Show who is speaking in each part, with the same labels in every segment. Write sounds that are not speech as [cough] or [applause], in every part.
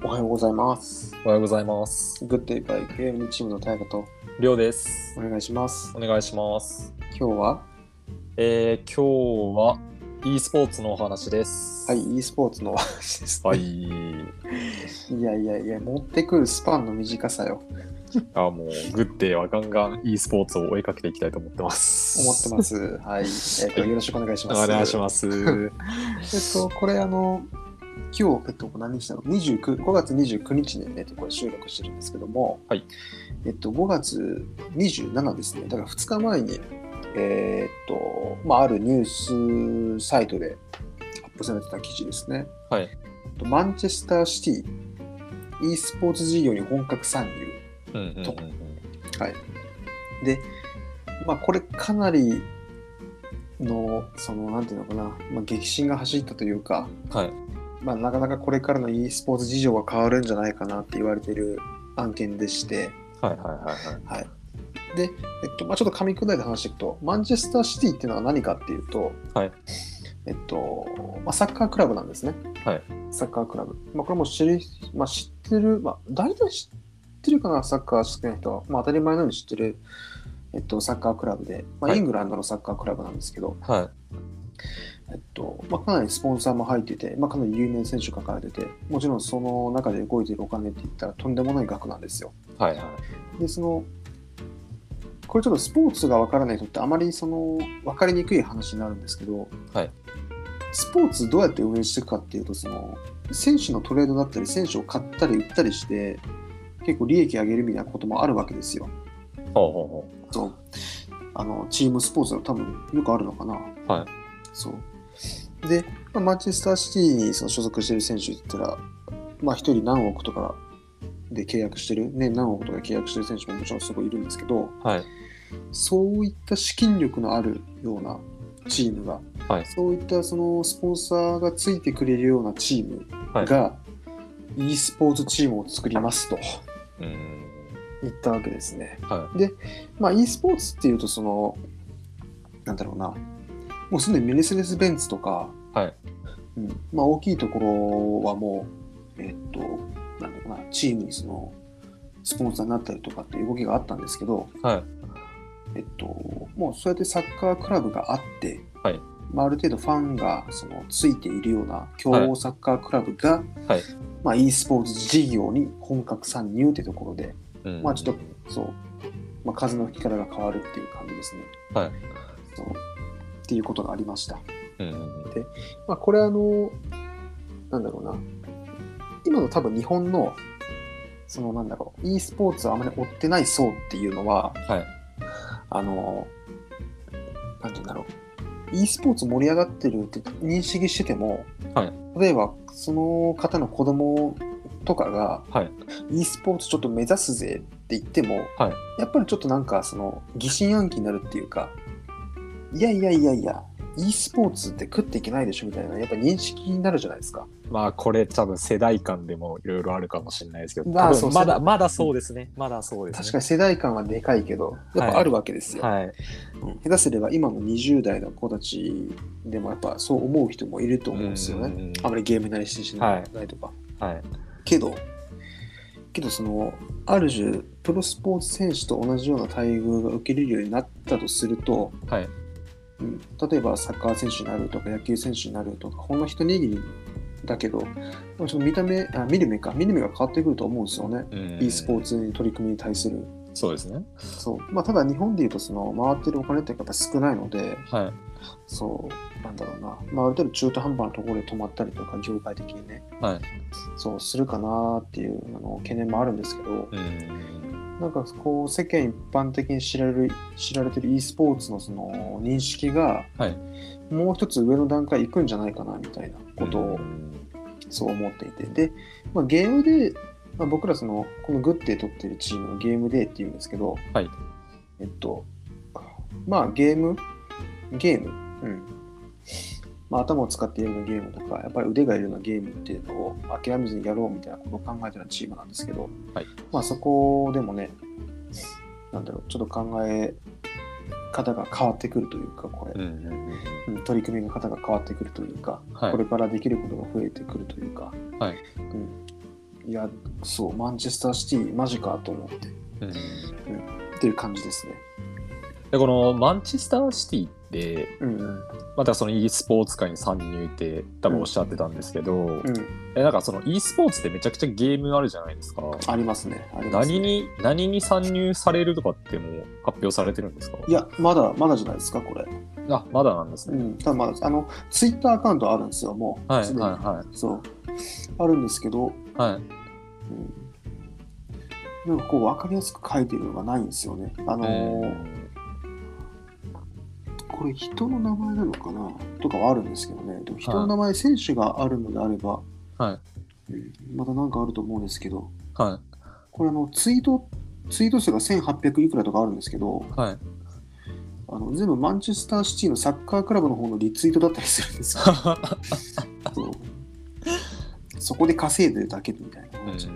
Speaker 1: ございます。
Speaker 2: おはようございます。
Speaker 1: グッデイバイクゲームチームのタイガと
Speaker 2: りょうです
Speaker 1: お。願いします。
Speaker 2: お願いします。
Speaker 1: 今日は、
Speaker 2: えー、今日は e スポーツのお話です。
Speaker 1: はい、e スポーツのお [laughs] 話です、
Speaker 2: はい。
Speaker 1: いやいやいや、持ってくるスパンの短さよ。
Speaker 2: あ、もう、グッデーはガンガン e スポーツを追いかけていきたいと思ってます。
Speaker 1: 思ってます。はい、えっとよろしくお願いします。
Speaker 2: お願い
Speaker 1: [laughs]
Speaker 2: します。
Speaker 1: す。えっと、これあの、今日、えっと、何したの ?29、5月29日にね、これ収録してるんですけども、
Speaker 2: はい。
Speaker 1: えっと、5月27ですね。だから2日前に、えーっと、まあ、あるニュースサイトでアップされてた記事ですね。
Speaker 2: はい。
Speaker 1: マンチェスターシティ、e スポーツ事業に本格参入。
Speaker 2: うんうんうん
Speaker 1: とで、まあ、これかなりの、その、なんていうのかな、まあ、激震が走ったというか、
Speaker 2: うん。はい。
Speaker 1: まあ、なかなかこれからの e スポーツ事情が変わるんじゃないかなって言われている案件でして、
Speaker 2: はいはいはいはい。
Speaker 1: で、えっとまあ、ちょっと噛み砕いて話していくと、マンチェスターシティっていうのは何かっていうと、
Speaker 2: はい
Speaker 1: えっとまあ、サッカークラブなんですね。
Speaker 2: はい
Speaker 1: サッカークラブ。まあ、これも知る、まあ、知ってる、まあ、大体知ってるかな、サッカー好きな人は。まあ、当たり前のように知ってる、えっと、サッカークラブで、まあ、
Speaker 2: は
Speaker 1: イ
Speaker 2: い
Speaker 1: ングランドのサッカークラブなんですけど、
Speaker 2: はい。
Speaker 1: えっとまあ、かなりスポンサーも入ってて、まあ、かなり有名選手が抱えてて、もちろんその中で動いてるお金って言ったらとんでもない額なんですよ。
Speaker 2: はいはい。
Speaker 1: でそのこれちょっとスポーツが分からない人ってあまりその分かりにくい話になるんですけど、
Speaker 2: はい
Speaker 1: スポーツどうやって運営していくかっていうとその選手のトレードだったり選手を買ったり売ったりして結構利益上げるみたいなこともあるわけですよ。
Speaker 2: ほうほ
Speaker 1: そうあのチームスポーツだと多分よくあるのかな。
Speaker 2: うほう。はい。
Speaker 1: そうで、まあ、マンチェスターシティにその所属している選手って言ったら、まあ、1人何億とかで契約してる、ね、何億とか契約してる選手ももちろんすごいいるんですけど、
Speaker 2: はい。
Speaker 1: そういった資金力のあるようなチームが、
Speaker 2: はい
Speaker 1: そういったそのスポンサーがついてくれるようなチームが、e スポーツチームを作りますと
Speaker 2: うーん。
Speaker 1: 言ったわけですね。
Speaker 2: は
Speaker 1: まあ、e スポーツっていうと、その、なんだろうな、もうすでにメルセデス・ベンツとか、
Speaker 2: はい
Speaker 1: うんまあ、大きいところはもう、えっと、なんだろうな、チームにその、スポンサーになったりとかっていう動きがあったんですけど、
Speaker 2: い。はい。
Speaker 1: えっと、もうそうやってサッカークラブがあって、
Speaker 2: はい
Speaker 1: まあ、ある程度ファンがそのついているような強豪サッカークラブが、
Speaker 2: はい
Speaker 1: まあ、e スポーツ事業に本格参入ってところで、
Speaker 2: うん
Speaker 1: まあちょっそう、まあ、風の吹き方が変わるっていう感じですね。
Speaker 2: と。はい。
Speaker 1: そうっていうことがありました。
Speaker 2: うんうんうん。
Speaker 1: まあ、これあの、なんだろうな、今の多分日本の、そのなんだろう、e スポーツをあまり追ってない層っていうのは、
Speaker 2: はい。
Speaker 1: あの、なんて言うんだろう。e スポーツ盛り上がってるって認識してても、
Speaker 2: はい
Speaker 1: 例えばその方の子供とかが、
Speaker 2: はい
Speaker 1: e スポーツちょっと目指すぜって言っても、
Speaker 2: はい
Speaker 1: やっぱりちょっとなんかその疑心暗鬼になるっていうか、いやいやいやいや、e スポーツって食っていけないでしょみたいな、やっぱ認識になるじゃないですか。
Speaker 2: まあこれ多分世代間でもいろいろあるかもしれないですけど、
Speaker 1: まあ
Speaker 2: 多分
Speaker 1: そう
Speaker 2: ま
Speaker 1: 世
Speaker 2: だまだそうですね。まだそうです
Speaker 1: 確か
Speaker 2: ね。
Speaker 1: に世代間はでかいけど、やっぱあるわけですよ。
Speaker 2: はい。
Speaker 1: 下手すれば今の20代の子たちでもやっぱそう思う人もいると思うんですよ
Speaker 2: うんうんう
Speaker 1: ね
Speaker 2: ん。
Speaker 1: あまりゲーム慣れしてないとか。
Speaker 2: はい。
Speaker 1: けど、けどその、ある種、プロスポーツ選手と同じような待遇が受けれるようになったとすると、
Speaker 2: はい。
Speaker 1: うん例えばサッカー選手になるとか野球選手になるとかほんの一握りだけどちょっと見た目あ見る目か見る目が変わってくると思うんですよね、e スポー
Speaker 2: ツ。
Speaker 1: ツに取り組みに対する
Speaker 2: そうですね。
Speaker 1: そう、まあ、ただ日本でいうとその回ってるお金ってやっぱ少ないので
Speaker 2: は
Speaker 1: そうなんだろうな、まあ、ある程度中途半端なところで止まったりとか業界的にね
Speaker 2: い。はい。
Speaker 1: そうするかなっていうあの懸念もあるんですけど
Speaker 2: うん。
Speaker 1: なんかこう世間一般的に知られる知られてる e スポーツのその認識が
Speaker 2: はい。
Speaker 1: もう一つ上の段階行くんじゃないかなみたいなことを
Speaker 2: うん
Speaker 1: そう思っていて、で、まあ、ゲームで、まあ、僕らそのこのグッデー取ってるチームのゲームデーっていうんですけど、
Speaker 2: はい
Speaker 1: えっとまあゲームゲームうんまあ、頭を使ってやるようなゲームとか、やっぱり腕がいるようなゲームっていうのを諦めずにやろうみたいなことを考えてるチームなんですけど、
Speaker 2: はい
Speaker 1: まあそこでもね、なんだろう、ちょっと考え方が変わってくるというか、これ、
Speaker 2: うんうんうん
Speaker 1: うん取り組みの方が変わってくるというか、
Speaker 2: はい
Speaker 1: これからできることが増えてくるというか、
Speaker 2: はい
Speaker 1: うんいや、そう、マンチェスターシティ、マジかと思って、
Speaker 2: うんで
Speaker 1: っていう感じですね。
Speaker 2: このマンチェスターシティって
Speaker 1: うんうん。
Speaker 2: またその e スポーツ界に参入って多分おっしゃってたんですけど、
Speaker 1: うん、
Speaker 2: えなんかその e スポーツってめちゃくちゃゲームあるじゃないですか。
Speaker 1: ありますね。ありますね
Speaker 2: 何に何に参入されるとかってもう発表されてるんですか
Speaker 1: いや、まだ、まだじゃないですか、これ。
Speaker 2: あまだなんです
Speaker 1: う
Speaker 2: ね。
Speaker 1: ん、ただまだ、あの、ツイッターアカウントあるんですよ、もう。
Speaker 2: はい
Speaker 1: すでに
Speaker 2: は
Speaker 1: そう。あるんですけど、
Speaker 2: いはいはい。
Speaker 1: なんかこう、わかりやすく書いてるのがないんですよね。あのーこれ人の名前なのかなとかはあるんですけどね。でも人の名前、選手があるのであれば、
Speaker 2: は
Speaker 1: うんまたなんかあると思うんですけど、
Speaker 2: いは
Speaker 1: これあの、ツイート、ツイート数が1800いくらとかあるんですけど、
Speaker 2: いはい。 [laughs]
Speaker 1: あの全部マンチェスターシティのサッカークラブの方のリツイートだったりするんですよ。そうそこで稼いでるだけみたいな。
Speaker 2: うん
Speaker 1: うんそ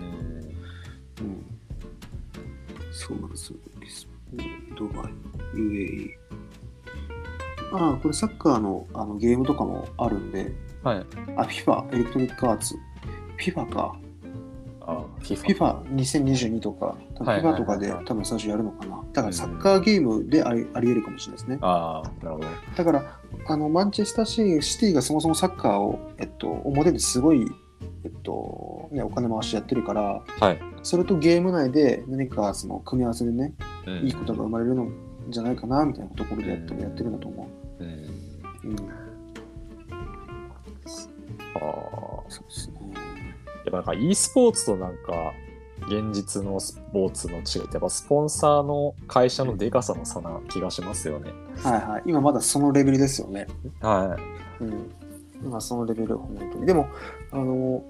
Speaker 1: うなんですよ。リスボンドバイ、UAE。ああ、これサッカーのあのゲームとかもあるんで、
Speaker 2: はい。
Speaker 1: あ、FIFA、エレクトリックアーツ、FIFA か、
Speaker 2: あ、FIFA。
Speaker 1: FIFA2022 とか、多分
Speaker 2: はいはいは
Speaker 1: FIFA
Speaker 2: い
Speaker 1: とかで多分最初やるのかな。だから
Speaker 2: うん
Speaker 1: サッカーゲームでありあり得るかもしれないですね。
Speaker 2: ああ、なるほど。
Speaker 1: だから、あのマンチェスターシーシティがそもそもサッカーを、えっと、表ですごい、えっとね、お金回しやってるから、
Speaker 2: はい。
Speaker 1: それとゲーム内で何かその組み合わせでね、
Speaker 2: うん
Speaker 1: いいことが生まれるのじゃないかなみたいなところでやってやってるんだと思
Speaker 2: うん
Speaker 1: う。うん、
Speaker 2: ああ。
Speaker 1: そうですね。
Speaker 2: やっぱなんか e スポーツとなんか現実のスポーツの違いってやっぱスポンサーの会社のでかさの差な気がしますよね。
Speaker 1: はいはい。今まだそのレベルですよね。
Speaker 2: は
Speaker 1: うん。今そのレベル、本当に。でも、あの、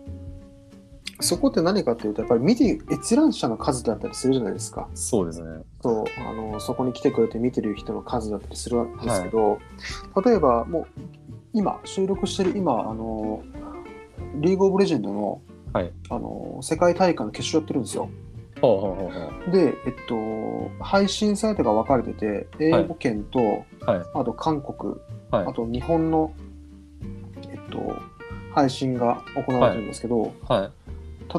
Speaker 1: そこって何かっていうと、やっぱり見て、閲覧者の数だったりするじゃないですか。
Speaker 2: い。そうですね。
Speaker 1: そうあのそこに来てくれて見てる人の数だったりするんですけど、例えばもう今収録してる今あのリーグ・オブ・レジェンドの,、
Speaker 2: はい
Speaker 1: あの世界大会の決勝やってるんですよ
Speaker 2: ほうほうほうほ
Speaker 1: で、えっと、配信サイトが分かれてて英語圏と、
Speaker 2: う。はい。
Speaker 1: あと韓国、
Speaker 2: はい
Speaker 1: あと日本の、えっと、配信が行われてるんですけど、
Speaker 2: はい。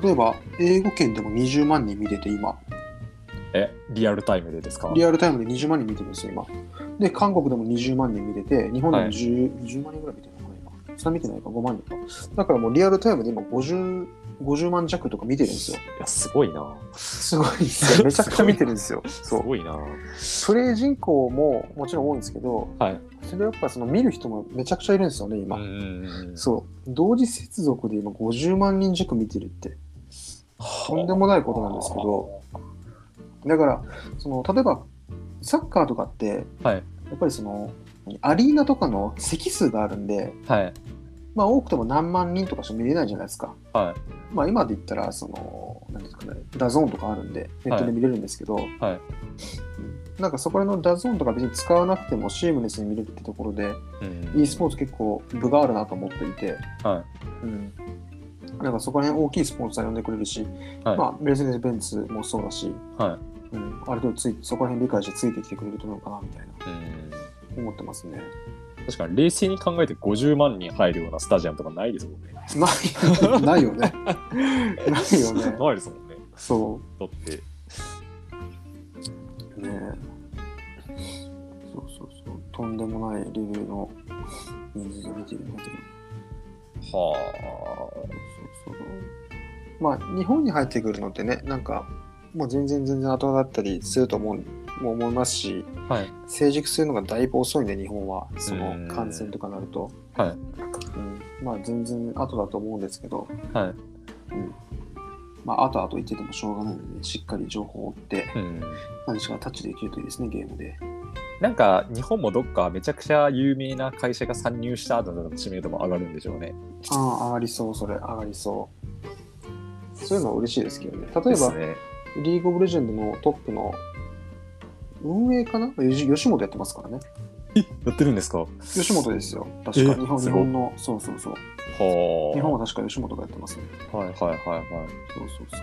Speaker 1: 例えば英語圏でも20万人見てて今
Speaker 2: え、リアルタイムでですか
Speaker 1: リアルタイムで20万人見てるんですよ、今。で、韓国でも20万人見てて、日本でも 10,、10万人ぐらい見てるのかな、今。それ見てないか、5万人か。だからもうリアルタイムで今50、50万弱とか見てるんですよ。
Speaker 2: いや、すごいな。
Speaker 1: すごいですよ。めちゃくちゃ見てるんですよ。
Speaker 2: す
Speaker 1: そう。
Speaker 2: ごいな。
Speaker 1: プレイ人口ももちろん多いんですけど、
Speaker 2: はい。
Speaker 1: それやっぱその見る人もめちゃくちゃいるんですよね、
Speaker 2: う
Speaker 1: 今。
Speaker 2: ん。
Speaker 1: そう。同時接続で今50万人弱見てるって、とんでもないことなんですけど、だから、その、例えば、サッカーとかって、
Speaker 2: はい。
Speaker 1: やっぱりそのアリーナとかの席数があるんで、
Speaker 2: はい。
Speaker 1: まあ、多くても何万人とかしか見れないじゃないですか。
Speaker 2: は
Speaker 1: まあ、今で言ったらそのなんですか、ね、ダゾーンとかあるんでネットで見れるんですけど、
Speaker 2: い。は
Speaker 1: う
Speaker 2: い。
Speaker 1: んなんかそこら辺のダゾーンとか別に使わなくてもシームレスに見れるってところで、
Speaker 2: うん。
Speaker 1: e スポーツ結構部があるなと思っていて、
Speaker 2: は
Speaker 1: うんなんかそこら辺大きいスポンサー呼んでくれるし、
Speaker 2: はい
Speaker 1: まあ、メルセデス・ベンツもそうだし、
Speaker 2: い。は。
Speaker 1: うん、ある程度ついそこら辺理解してついてきてくれると思うかなみたいない
Speaker 2: うん。
Speaker 1: 思ってますね。
Speaker 2: 確かに冷静に考えて50万人入るようなスタジアムとかないですもんね。
Speaker 1: ないないよね。ないよね。
Speaker 2: ないですもんね。
Speaker 1: そ
Speaker 2: だって。
Speaker 1: う。ねそうそうそう。とんでもないレベルの人数が見てるんだけど。
Speaker 2: はあ。
Speaker 1: そうそうそう。まあ、日本に入ってくるのってね、なんか、もう全然全然後だったりすると思う、もう思いますし、
Speaker 2: はい。
Speaker 1: 成熟するのがだいぶ遅いんで、日本は。そ
Speaker 2: うん
Speaker 1: の感染とかなると。
Speaker 2: はい。
Speaker 1: うん、まあ、全然後だと思うんですけど、
Speaker 2: はい。
Speaker 1: うん。まあ、後々言っててもしょうがないので、しっかり情報を追って、
Speaker 2: うん。
Speaker 1: 何しかタッチできるといいですね、ゲームで。
Speaker 2: なんか、日本もどっかめちゃくちゃ有名な会社が参入した後の知名度も上がるんでしょうね。
Speaker 1: ああ、上がりそう、それ、上がりそう。そういうのは嬉しいですけどね。例え
Speaker 2: です
Speaker 1: ば、
Speaker 2: ね。
Speaker 1: リーグオブレジェンドのトップの運営かなよし吉本やってますからね。
Speaker 2: やってるんですかは
Speaker 1: 吉本ですよ。確
Speaker 2: え
Speaker 1: か、日本
Speaker 2: す
Speaker 1: 日
Speaker 2: ごい
Speaker 1: 本の、そうそうそう。
Speaker 2: あ。
Speaker 1: 日本は確か吉本がやってますね。
Speaker 2: はいはいはいは
Speaker 1: そうそうそうそう。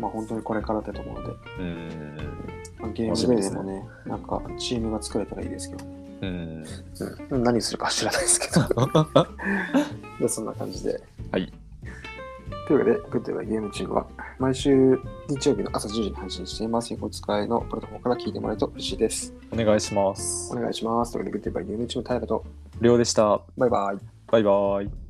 Speaker 1: まあ、本当にこれからってところで、
Speaker 2: い。うん。
Speaker 1: まあ、ゲームプレイでもね、なんかチームが作れたらいいですけどね、 [laughs]
Speaker 2: うん。
Speaker 1: うん、何するかは知らないですけど。でそんな感じで。
Speaker 2: はい。
Speaker 1: というわけで、グッドバイゲームチューブは毎週日曜日の朝10時に配信しています。お使いのプラットフォームから聞いてもらえると嬉しいです。
Speaker 2: お願いしま
Speaker 1: お
Speaker 2: す。
Speaker 1: 願いします。というわけで、グッドバイゲームチューブタイラと、
Speaker 2: りょうでした。
Speaker 1: バイバイ。
Speaker 2: バイバイ。